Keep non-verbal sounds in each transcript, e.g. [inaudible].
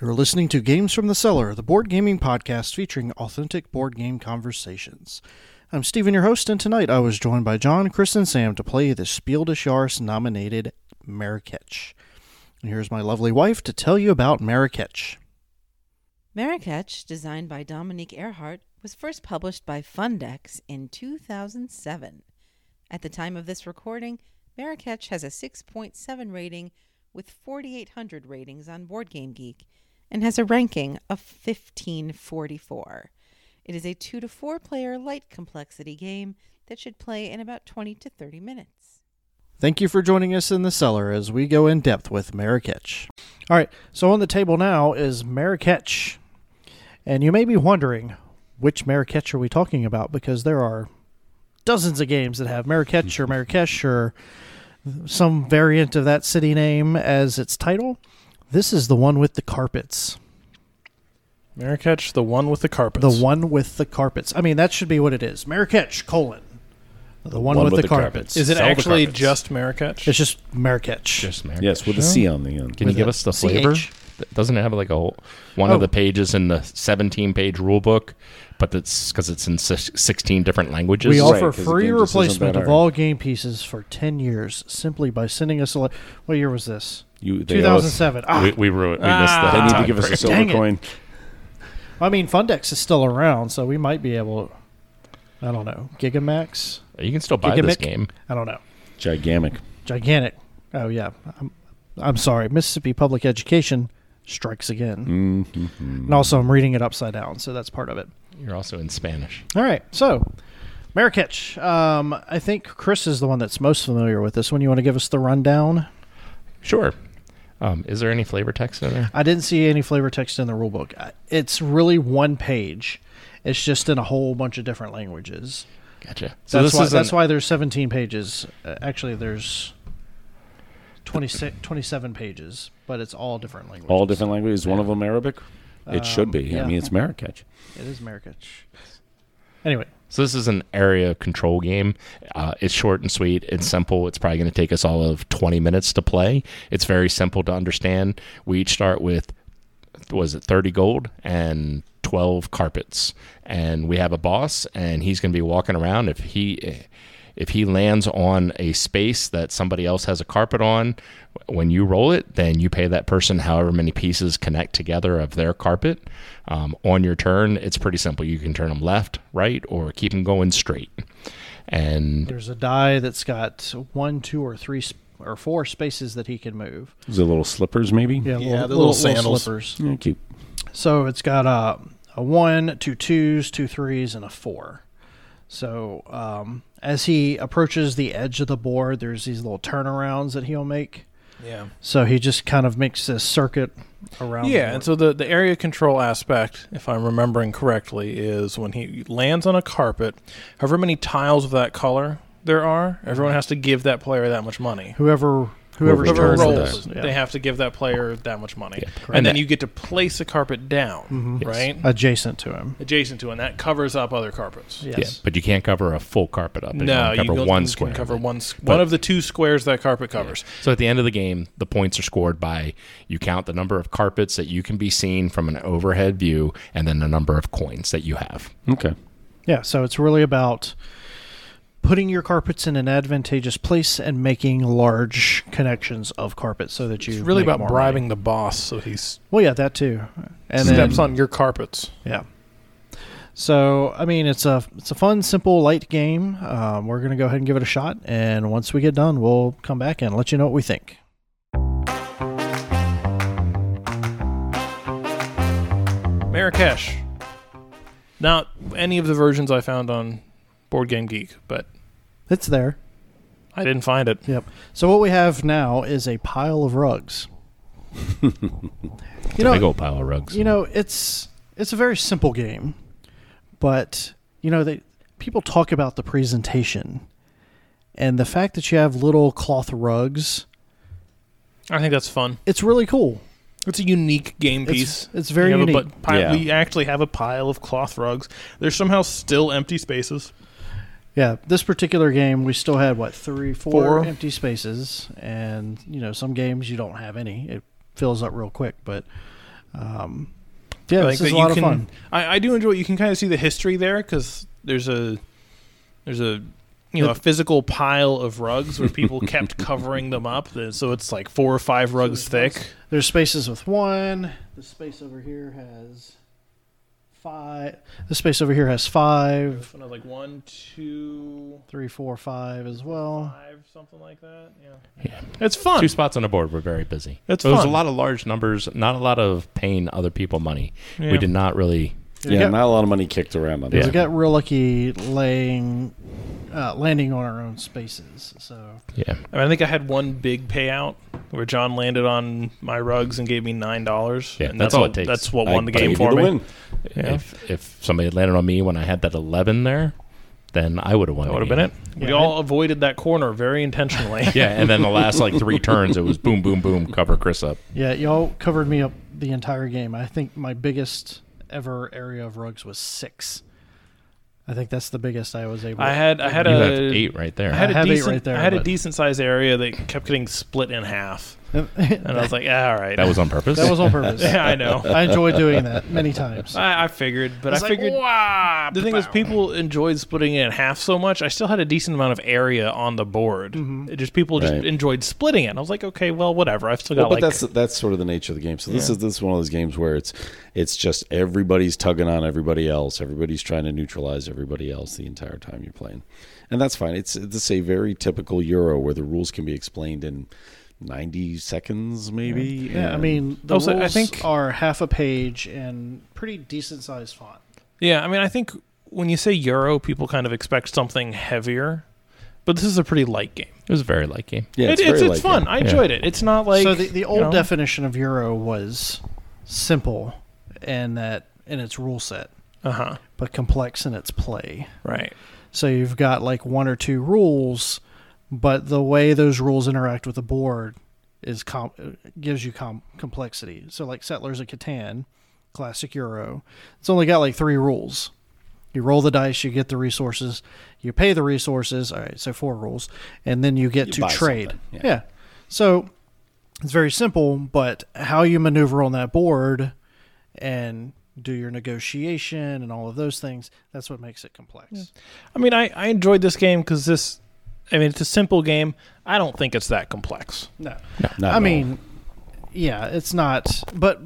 You're listening to Games from the Cellar, the board gaming podcast featuring authentic board game conversations. I'm Steven, your host, and tonight I was joined by John, Chris, and Sam to play the Spiel des Jahres nominated Marrakech. And here's my lovely wife to tell you about Marrakech. Marrakech, designed by Dominique Earhart, was first published by Fundex in 2007. At the time of this recording, Marrakech has a 6.7 rating with 4,800 ratings on BoardGameGeek and has a ranking of 1544. It is a 2 to 4 player light complexity game that should play in about 20 to 30 minutes. Thank you for joining us in the cellar as we go in depth with Marrakech. All right, so on the table now is Marrakech. And you may be wondering which Marrakech are we talking about because there are dozens of games that have Marrakech or Marrakesh or some variant of that city name as its title. This is the one with the carpets. Marrakech, the one with the carpets. The one with the carpets. I mean, that should be what it is. Marrakech, colon. The one, with, the, carpets. Is it Sell the actually carpets. just Marrakech? It's just Marrakech. Just Marrakech. Yes, with a C on the end. Can with you give a us the CH. flavor? Th- Doesn't it have like a whole- one Oh. of the pages in the 17 page rule book, but that's because it's in si- 16 different languages? we Right, offer 'cause the free game just isn't replacement that of hard. all game pieces for 10 years simply by sending us a le- what year was this You, they owe us- 2007 ah, we, we ruined. We missed Ah. that. They need to time give us [laughs] a frame. silver Dang it. coin. i mean fundex is still around so we might be able i don't know gigamax You can still buy this Gigamic? game. i don't know Gigantic. gigantic oh yeah i'm, I'm sorry mississippi public education strikes again and also i'm reading it upside down so that's part of it You're also in Spanish. All right, so Marrakech. Um, I think Chris is the one that's most familiar with this one. You want to give us the rundown? Sure. Um, is there any flavor text in there? I didn't see any flavor text in the rule book. I- It's really one page. It's just in a whole bunch of different languages. Gotcha. So that's, why, is that's an- why there's 17 pages. Uh, actually, there's 26, 27 pages, but it's all different languages. All different languages. One of them Arabic. It should be. Um, yeah. I mean, it's Marrakech. It is Marrakech. Anyway, So this is an area control game. Uh, it's short and sweet. It's simple. It's probably going to take us all of 20 minutes to play. It's very simple to understand. We each start with was it 30 gold and 12 carpets, and we have a boss, and he's going to be walking around. If he if he lands on a space that somebody else has a carpet on, when you roll it, then you pay that person however many pieces connect together of their carpet. Um, on your turn, it's pretty simple. You can turn them left, right, or keep them going straight. And there's a die that's got one, two, or three, sp- or four spaces that he can move. Is it little slippers, maybe? Yeah, Yeah, little, the little, little sandals. slippers. Yeah, cute. So it's got a, a one, two twos, two threes, and a four. So um, as he approaches the edge of the board, there's these little turnarounds that he'll make. yeah. So he just kind of makes this circuit around. the Yeah, board. and so the, the area control aspect, if I'm remembering correctly, is when he lands on a carpet, however many tiles of that color there are, everyone has to give that player that much money. whoever whoever, Whoever turns rolls it is, rolls, they have to give that player that much money. and And then that- you get to place a carpet down, right? Uh, adjacent to him. Adjacent to, and that covers up other carpets. Yes. yeah, but you can't cover a full carpet up. can No, only you cover can, one you can square. cover one, s- But- one of the two squares that carpet covers. So at the end of the game, the points are scored by you count the number of carpets that you can be seen from an overhead view and then the number of coins that you have. Okay. Yeah, so it's really about putting your carpets in an advantageous place and making large connections of carpets so that you It's really make about more bribing money. the boss so he s- Well, yeah, that too. And then, steps on your carpets. Yeah. So I mean, it's a it's a fun, simple, light game. Um, we're gonna go ahead and give it a shot, and once we get done, we'll come back and let you know what we think. Marrakesh. Not any of the versions I found on Board Game Geek, but It's there. I didn't find it. Yep. So what we have now is a pile of rugs. [laughs] you know, Big old pile of rugs. you know, it's it's a very simple game, but you know, they people talk about the presentation, and the fact that you have little cloth rugs. I think that's fun. It's really cool. It's a unique game It's- piece. it's very We have a unique. bu- pi- Yeah. We actually have a pile of cloth rugs. There's somehow still empty spaces. Yeah, this particular game we still had what three, four Four. empty spaces, and you know some games you don't have any. It fills up real quick, but Um, yeah, I this think is that a lot you of can, fun. I, I do enjoy. You can kind of see the history there because there's a there's a you know a physical pile of rugs [laughs] where people kept covering them up. Th- So it's like four or five rugs thick. There's spaces with one. The space over here has five. The space over here has five, Like one, two, three, four, five as well. five, something like that. Yeah, Yeah. it's fun. Two spots on the board were very busy. That's It was a fun. lot of large numbers, not a lot of paying other people money. Yeah. We did not really. Yeah, Yeah. not a lot of money kicked around on Yeah. this. We got real lucky laying, uh, landing on our own spaces. So Yeah. I, mean, I think I had one big payout where John landed on my rugs and gave me nine dollars. Yeah, and that's all what, it takes. That's what I won the gave game you for the me. win. Yeah. If if somebody had landed on me when I had that eleven there, then I would have won. That the would have game. been it. we Yeah. all avoided that corner very intentionally. [laughs] Yeah, and then the last like [laughs] three turns, it was boom, boom, boom, cover Chris up. yeah, y'all covered me up the entire game. I think my biggest ever area of rugs was six. I think that's the biggest I was able. I had I had you a had eight right there. I had I a have eight decent right there, I had a but- decent sized area that kept getting split in half, [laughs] and I was like, yeah, all right, that was on purpose. that was on purpose. [laughs] yeah, I [laughs] know. I enjoy doing that many times. I, I figured, but It's I like, figured. the thing is, people enjoyed splitting it in half so much. I still had a decent amount of area on the board. Mm-hmm. It just people just Right. enjoyed splitting it. And I was like, okay, well, whatever. I've still got Well, but like that's that's sort of the nature of the game. So this is this is one of those games where it's it's just everybody's tugging on everybody else. Everybody's trying to neutralize everybody else the entire time you're playing, and that's fine. It's it's a very typical Euro where the rules can be explained in ninety seconds, maybe. Yeah, I and- mean, the Also, I rules think- are half a page and pretty decent sized font. yeah. I mean, I think when you say Euro, people kind of expect something heavier, but this is a pretty light game. it was a very light game. yeah, it's very it's, like fun. that. I enjoyed it. It's not like so the, the you old know, definition of euro was simple in that in its rule set, Uh huh. but complex in its play. Right. So you've got like one or two rules, but the way those rules interact with the board is com- gives you com- complexity. So like Settlers of Catan, classic Euro, it's only got like three rules. You roll the dice, you get the resources, you pay the resources. All right, so four rules, and then you get You to buy trade. something, yeah. yeah, so it's very simple, but how you maneuver on that board and do your negotiation and all of those things—that's what makes it complex. I mean, I, I enjoyed this game because this, I mean, it's a simple game. I don't think it's that complex. No. Not at I all. mean, yeah, it's not, but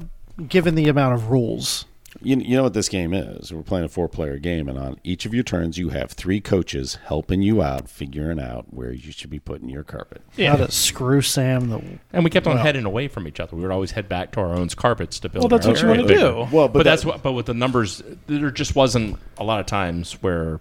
given the amount of rules, You, you know what this game is. We're playing a four player game, and on each of your turns, you have three coaches helping you out, figuring out where you should be putting your carpet. how to screw Sam the. And we kept on Well- heading away from each other. We would always head back to our own carpets to build. Well, that's our what own you area wanna bigger. do. Well, But, that's what. But with the numbers, there just wasn't a lot of times where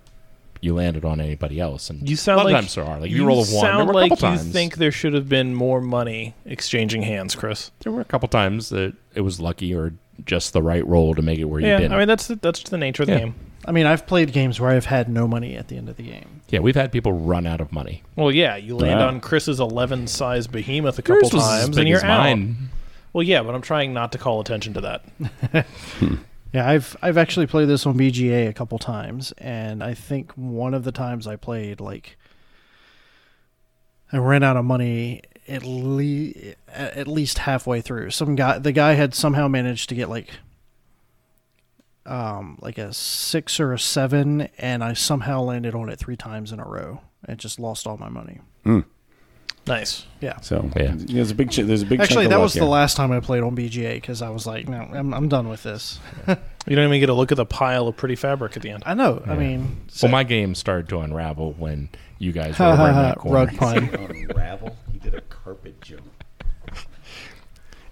you landed on anybody else. And You sound a lot like of times there are. Like you, roll a one, there Sound were a like couple you times. think there should have been more money exchanging hands, Chris. there were a couple times that it was lucky or just the right roll to make it where you Yeah, didn't. I mean that's the, that's the nature of the Yeah. game. I mean, I've played games where I've had no money at the end of the game. yeah, we've had people run out of money. Well, yeah, you land Yeah. on Chris's eleven size behemoth a Yours couple was as times, big and you're as out. mine. Well, yeah, but I'm trying not to call attention to that. Yeah, I've I've actually played this on BGA a couple times, and I think one of the times I played, like, I ran out of money at le- at at least halfway through. Some guy, the guy had somehow managed to get like, um, like a six or a seven, and I somehow landed on it three times in a row and just lost all my money. Nice. Yeah. So Yeah. there's a big ch- there's a big Actually, chunk of that luck was here. the last time I played on BGA because I was like, no, I'm, I'm done with this. You don't even get a look at the pile of pretty fabric at the end. I know. I mean, so- Well, my game started to unravel when you guys were over in that corner. [laughs] rug pun. unravel. He did a carpet jump.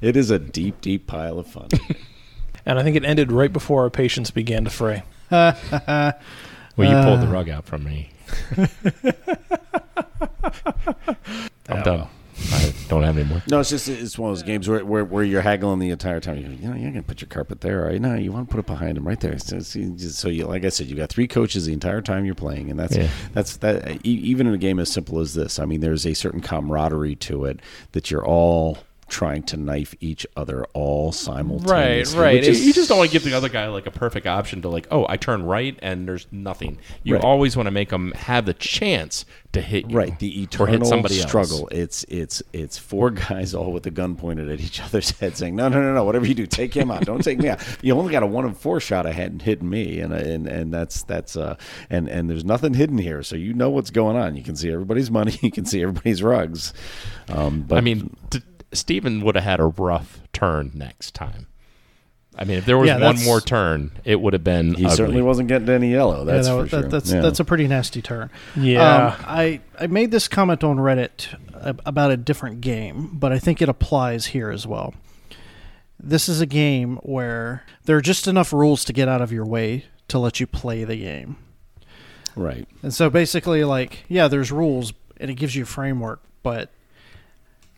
It is a deep, deep pile of fun. And I think it ended right before our patience began to fray. Well, you pulled the rug out from [laughs] me. I'm done. I don't have any more. [laughs] no, it's just it's one of those games where where, where you're haggling the entire time. You go, you know, you're gonna put your carpet there, right? No, you want to put it behind him, right there. So, so you- so you, like I said, you got three coaches the entire time you're playing, and that's Yeah. that's that. e- Even in a game as simple as this, I mean, there's a certain camaraderie to it that you're all trying to knife each other all Right, simultaneously. right. which It's- is- you just don't want to give the other guy like a perfect option to like, oh, I turn right and there's nothing. You Right. always want to make them have the chance to hit you, Right, the or eternal hit somebody struggle. Else. It's it's it's four [laughs] guys all with a gun pointed at each other's [laughs] head, saying, "No, no, no, no! Whatever you do, take him out. Don't take me out. You only got a one in four shot at hitting hitting me, and and and that's that's uh and and there's nothing hidden here, so you know what's going on. You can see everybody's money, [laughs] you can see everybody's rugs. Um, but I mean, t- Steven would have had a rough turn next time. I mean, if there was Yeah, one that's- more turn, it would have been. he ugly. certainly wasn't getting any yellow. That's yeah, that, for was- sure. that- that's Yeah. that's a pretty nasty turn. Yeah. Um, I I made this comment on Reddit ab- about a different game, but I think it applies here as well. This is a game where there are just enough rules to get out of your way to let you play the game. right. And so basically, like, yeah, there's rules and it gives you a framework, but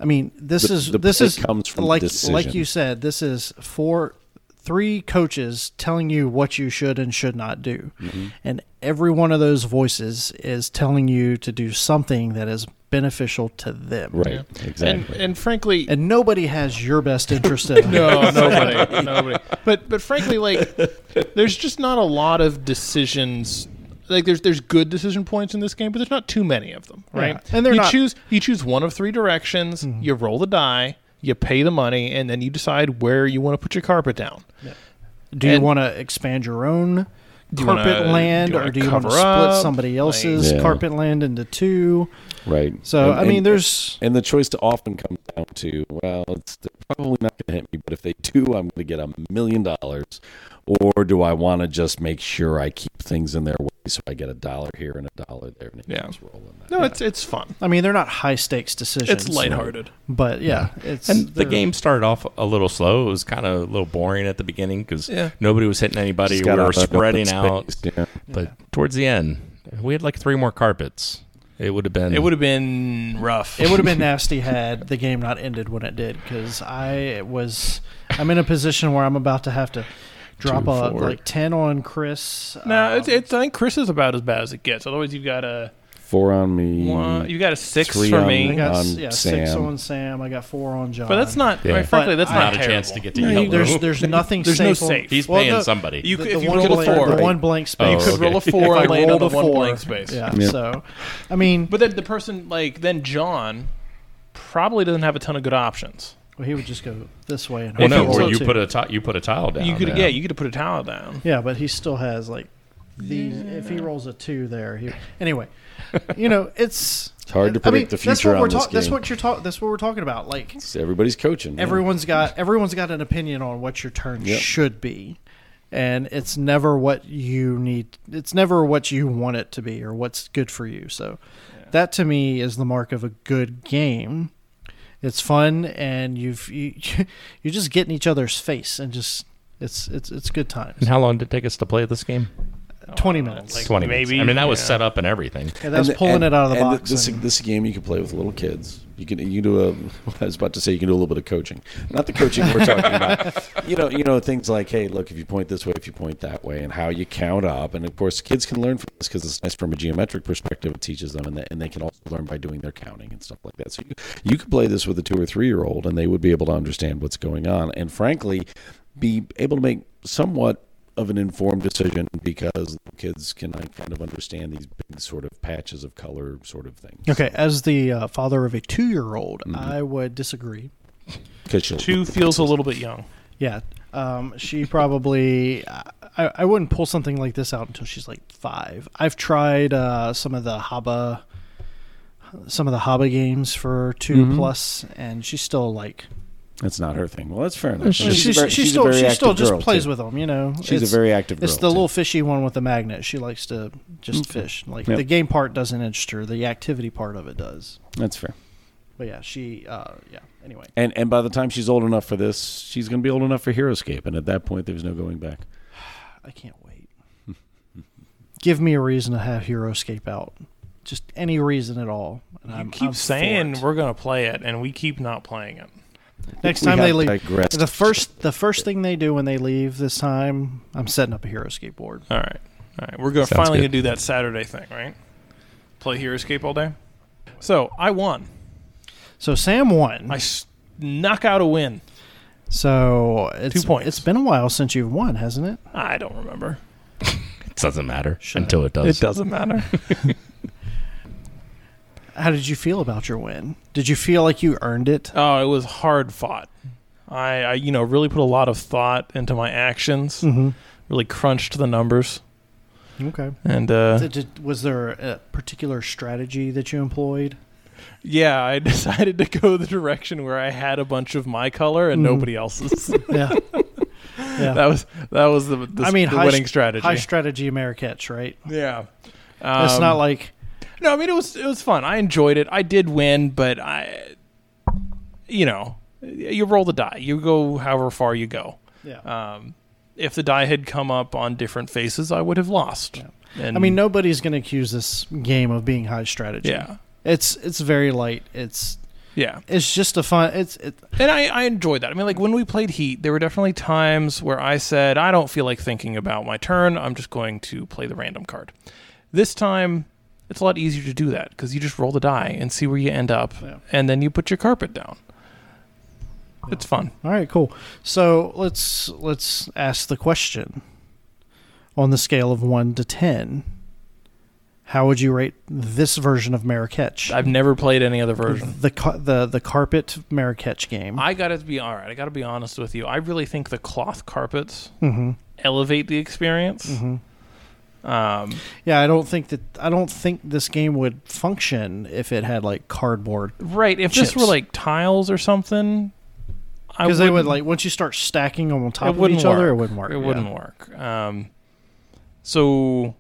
I mean, this The- is the- this it is comes from like decision. like you said, this is four three coaches telling you what you should and should not do, Mm-hmm. and every one of those voices is telling you to do something that is beneficial to them, Right. and Exactly. and frankly, And nobody has your best interest [laughs] in mind. No, nobody, nobody. But but frankly, like there's just not a lot of decisions. Like there's there's good decision points in this game, but there's not too many of them, right? Yeah. And they're you not- choose you choose one of three directions. You roll the die, you pay the money, and then you decide where you want to put your carpet down. Do you And- want to expand your own you carpet wanna- land, do you or wanna do you want to cover split up? somebody Like- else's Yeah. carpet land into two? Right. So And- I mean, and- there's And the choice to often comes down to, well, it's they're probably not going to hit me, but if they do, I'm going to get a million dollars. Or do I want to just make sure I keep things in their way so I get a dollar here and a dollar there? And it Yeah. keeps rolling that. No, it's it's fun. I mean, they're not high stakes decisions. It's lighthearted. but yeah, it's And the they're- game started off a little slow. It was kind of a little boring at the beginning because Yeah. nobody was hitting anybody. Just we gotta were open up spreading that out, space, yeah. but towards the end, we had like three more carpets. It would have been. It would have been rough. It would have been nasty had the game not ended when it did, because I was I'm in a position where I'm about to have to drop a forward. like ten on Chris. no, um, it's, it's I think Chris is about as bad as it gets. Otherwise, you've got a Four on me. one, you got a six Mm. Three for on- I me. got on s- yeah six Sam. on Sam. I got four on John. But that's not, Yeah. right, frankly, But that's I- not, not a chance to get to terrible. yellow. there's there's nothing. There's safe no on- safe. He's Well, paying no, somebody. You the- could, the if you one could blank- afford, the one blank You space. could roll a okay. four [laughs] If and I land on rolled a the one four. blank space. Yeah, Yeah. So, I mean, But then the person like then John probably doesn't have a ton of good options. well, he would just go this way and Well, If no, you or want you to. put a ti- you put a tile down. you could yeah. yeah, you could put a towel down. Yeah, but he still has like these. If he rolls a two there, he, anyway, you know it's It's hard to I mean, predict the That's future what on we're this talking. That's game. what you're talking. That's what we're talking about. Like It's- Everybody's coaching. yeah. everyone's got everyone's got an opinion on what your turn Yep. should be, and it's never what you need. It's never what you want it to be or what's good for you. So that to me is the mark of a good game. It's fun, and you've you, [laughs] you just get in each other's face, and just it's it's it's good times. And how long did it take us to play this game? Twenty minutes. Like, Twenty. maybe, minutes. I mean, that was yeah. set up and everything. Yeah, that was And the- pulling and- it out of the and box. This, and- this is a game you can play with little kids. You can you do a. [laughs] I was about to say you can do a little bit of coaching, not the coaching [laughs] we're talking about. You know, you know things like hey, look if you point this way, if you point that way, and how you count up, and of course kids can learn from this because it's nice from a geometric perspective. It teaches them, and they, and they can also learn by doing their counting and stuff like that. So you you could play this with a two or three year old, and they would be able to understand what's going on, and frankly, be able to make somewhat of an informed decision because kids can like, kind of understand these big sort of patches of color sort of thing. okay, as the uh, father of a two-year-old, Mm-hmm. I would disagree. Because you'll two feels a little bit young. Yeah, um, she probably. I, I wouldn't pull something like this out until she's like five. I've tried uh, some of the Haba, some of the Haba games for 2 Mm-hmm. plus, and she's still like that's not her thing. Well, that's fair enough. she's, a very- she's she's a still very she still active just girl, plays too. with them. You know, She's It's- a very active. Girl It's the too. little fishy one with the magnet. She likes to just fish. Like Yep. the game part doesn't interest her. The activity part of it does. That's fair. But yeah, she. Uh, yeah. Anyway. And and by the time she's old enough for this, she's going to be old enough for Heroescape, and at that point, there's no going back. I can't wait. [laughs] Give me a reason to have Heroescape out. Just any reason at all. And You I'm, keep I'm for saying it. we're gonna play it, and we keep not playing it. next We time have they leave. digressed. The first, the first thing they do when they leave this time, I'm setting up a Heroescape board. All right, all right. We're gonna Sounds finally good. gonna do that Saturday thing, right? Play Hero Escape all day. So I won. So Sam won. I s- knock out a win. So it's Two points. It's been a while since you've won, hasn't it? I don't remember. It doesn't matter Shut until it does. It doesn't matter. How did you feel about your win? Did you feel like you earned it? [laughs] oh, it was hard fought. I, I, you know, really put a lot of thought into my actions. Mm-hmm. Really crunched the numbers, Okay. and uh, Did- did- was there a particular strategy that you [laughs] employed? yeah, I [laughs] decided to go the direction where I had a bunch of my color and Mhm. nobody else's. [laughs] Yeah. yeah. that was that was the, the, I mean, the high winning s- strategy. High strategy Marrakech, right? yeah, That's Um, not like No, I mean it was it was fun. I enjoyed it. I did win, but I, you know, you roll the die. You go however far you go. yeah. Um, if the die had come up on different faces, I would have lost. Yeah. And I mean, nobody's going to accuse this game of being high strategy. yeah, It's it's very light. It's yeah. it's just a fun. It's it, And I, I enjoyed that. I mean, like when we played Heat, there were definitely times where I said, I don't feel like thinking about my turn. I'm just going to play the random card. This time, it's a lot easier to do that because you just roll the die and see where you end up. Yeah. And then you put your carpet down. It's fun. all right. Cool. So let's let's ask the question. On the scale of one to ten, how would you rate this version of Marrakech? I've never played any other version. The ca- the the carpet Marrakech game. [laughs] I got to be all right. I got to be honest with you. I really think the cloth carpets mm-hmm. elevate the experience. Mhm. Um, Yeah, I don't think that I don't think this game would function if it had like cardboard right. If this were Chips. like tiles or something, I because they would wouldn't- like once you start stacking them on It top of wouldn't each other, it work. wouldn't work. It yeah. wouldn't work. Um, so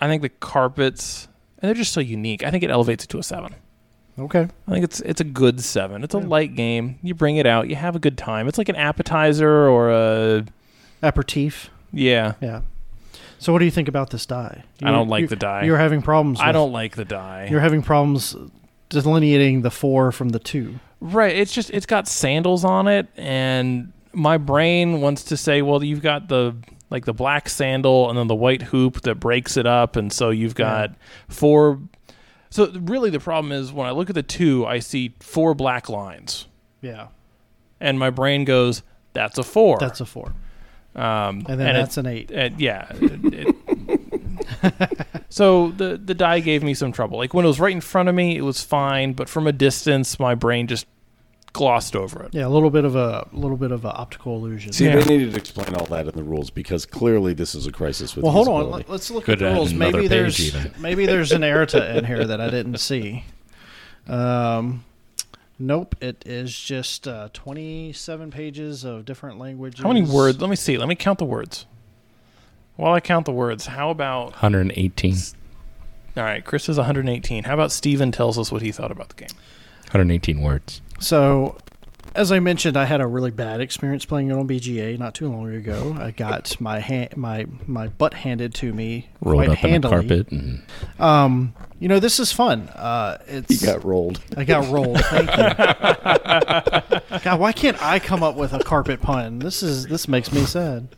I think the carpets and they're just so unique. I think it elevates it to a seven. Okay. I think it's it's a good seven. It's a Yeah. light game. You bring it out, you have a good time. It's like an appetizer or a Aperitif. yeah. Yeah. So what do you think about this die? I don't You- like you- the die. You're having problems. I with- don't like the die. You're having problems delineating the four from the two. Right. It's just it's got sandals on it, and my brain wants to say, well, you've got the like the black sandal and then the white hoop that breaks it up, and so you've got four. So really, the problem is when I look at the two, I see four black lines, Yeah. and my brain goes, "That's a four. That's a four, um, and then it- that's an eight. and yeah. it- it- [laughs] so the the die gave me some trouble. Like when it was right in front of me, it was fine, but from a distance, my brain just glossed over it. Yeah, a little bit of a little bit of an optical illusion. See, Yeah. they needed to explain all that in the rules because clearly this is a crisis with. well, hold on. usability. let- Let's look Could at the add rules. another Maybe page there's even. [laughs] maybe there's an errata in here that I didn't see. Um, nope. It is just uh, 27 pages of different languages. How many words? Let me see. Let me count the words. While I count the words, how about 118, all right? Chris is 118. How about Steven tells us what he thought about the game? 118 words. So, as I mentioned, I had a really bad experience playing it on BGA not too long ago. I got my ha- my my butt handed to me Rolled quite up handily. in a carpet. And Um, you know, this is fun. Uh, he it's got rolled. I got rolled. Thank you. God, why can't I come up with a carpet pun? This is this makes me sad.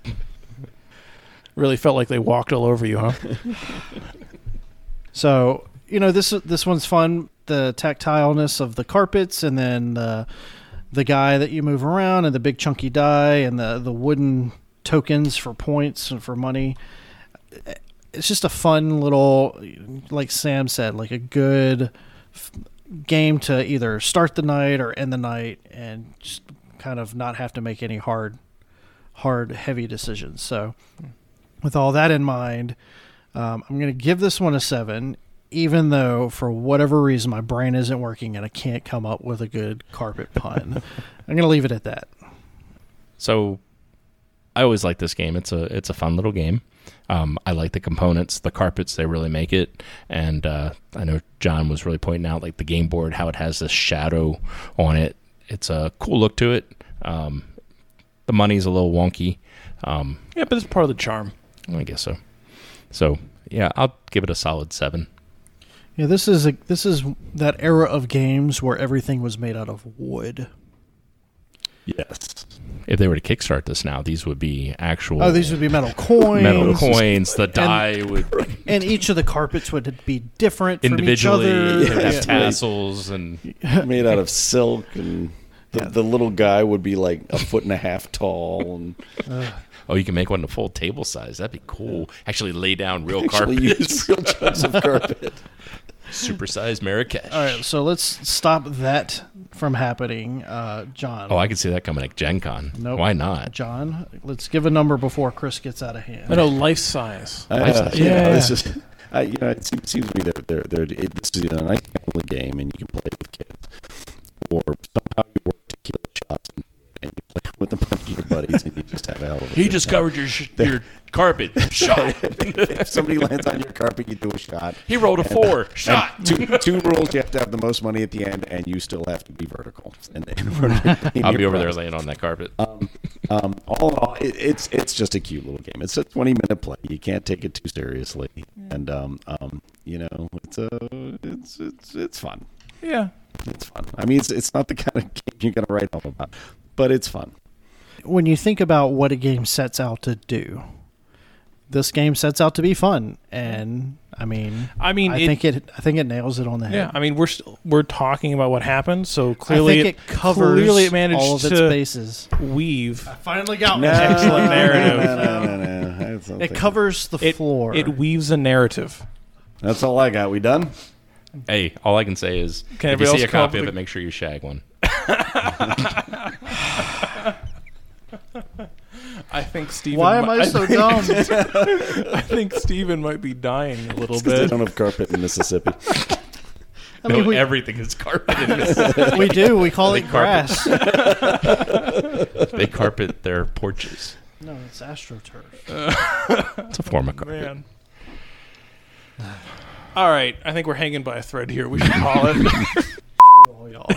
Really felt like they walked all over [laughs] you, huh? So you know this this one's fun. The tactileness of the carpets, and then the the guy that you move around, and the big chunky die, and the the wooden tokens for points and for money. It's just a fun little, like Sam said, like a good f- game to either start the night or end the night, and just kind of not have to make any hard, hard heavy decisions. So, with all that in mind, um, I'm going to give this one a seven, even though for whatever reason my brain isn't working and I can't come up with a good [laughs] carpet pun. I'm going to leave it at that. So I always like this game. It's a it's a fun little game. Um, I like the components, the carpets. They really make it. And uh, I know John was really pointing out like the game board, how it has this shadow on it. It's a cool look to it. Um, the money's a little wonky. Um, yeah, but it's part of the charm. I guess so. So yeah, I'll give it a solid seven. Yeah, this is a this is that era of games where everything was made out of wood. Yes. [laughs] If they were to kickstart this now, these would be actual Oh, these would be metal coins. [laughs] metal coins. The die [laughs] would And each of the carpets would be different from each individually other. they would have Yeah. tassels and Made out of silk and The, the little guy would be like a foot and a half tall and Oh, you can make one the full table size. That'd be cool. Actually, lay down real [laughs] actually carpet, use real chunks of carpet. [laughs] supersized Marrakesh. All right, so let's stop that from happening, uh, John. Oh, I could see that coming at Gen Con. Nope. Why not? John, let's give a number before Chris gets out of hand. I know life size. I- Life uh, size. you know, Yeah. this is. I, you know, it seems, seems to me that they're, they're, it, this is a nice family game, and you can play with kids, or somehow you work tequila shots and, and you play with a bunch of your buddies, and you just have a hell of a He good just time. covered your sh- your carpet. Shot. if somebody lands on your carpet, you do a shot. He rolled a four. Shot. And two, two rules: you have to have the most money at the end, and you still have to be vertical. And in [laughs] order to I'll be over there laying on that carpet. Um, all in all, it, it's it's just a cute little game. It's a twenty minute play. You can't take it too seriously, and um, um, you know, it's a it's it's it's fun. Yeah. It's fun. I mean, it's it's not the [laughs] kind of game you're gonna write home about, but it's fun. When you think about what a game sets out to do, this game sets out to be fun, and I mean, I mean, I it- think it, I think it nails it on the head. Yeah, I mean we're still, we're talking about what happened, so clearly I think it covers clearly it managed all of its to bases. weave. Finally got Oh, Excellent narrative. No, no, no, no, no. That's [laughs] not It the- covers the It floor. it weaves a narrative. That's all I got. We done? hey, all I can say is, Can if you everybody see a else come up copy of with it, make sure you shag one. I think Steven Why am mi- I so dumb? [laughs] I think Steven might be dying a little Because they bit. don't have carpet in Mississippi. I mean, no, we, everything is carpet. in this. we do. We call it think carpet. grass. [laughs] they carpet their porches. no, it's astroturf. It's a form of carpet. Man. All right, I think we're hanging by a thread here. We should call it. Oh, y'all.